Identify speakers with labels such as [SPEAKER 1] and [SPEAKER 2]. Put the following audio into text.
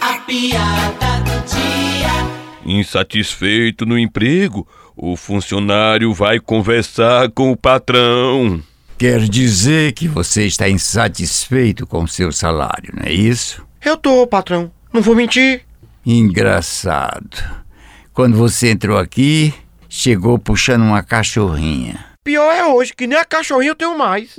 [SPEAKER 1] A piada do dia.
[SPEAKER 2] Insatisfeito no emprego, o funcionário vai conversar com o patrão.
[SPEAKER 3] Quer dizer que você está insatisfeito com seu salário, não é isso?
[SPEAKER 4] Eu tô, patrão. Não vou mentir.
[SPEAKER 3] Engraçado. Quando você entrou aqui, chegou puxando uma cachorrinha.
[SPEAKER 4] Pior é hoje, que nem a cachorrinha eu tenho mais.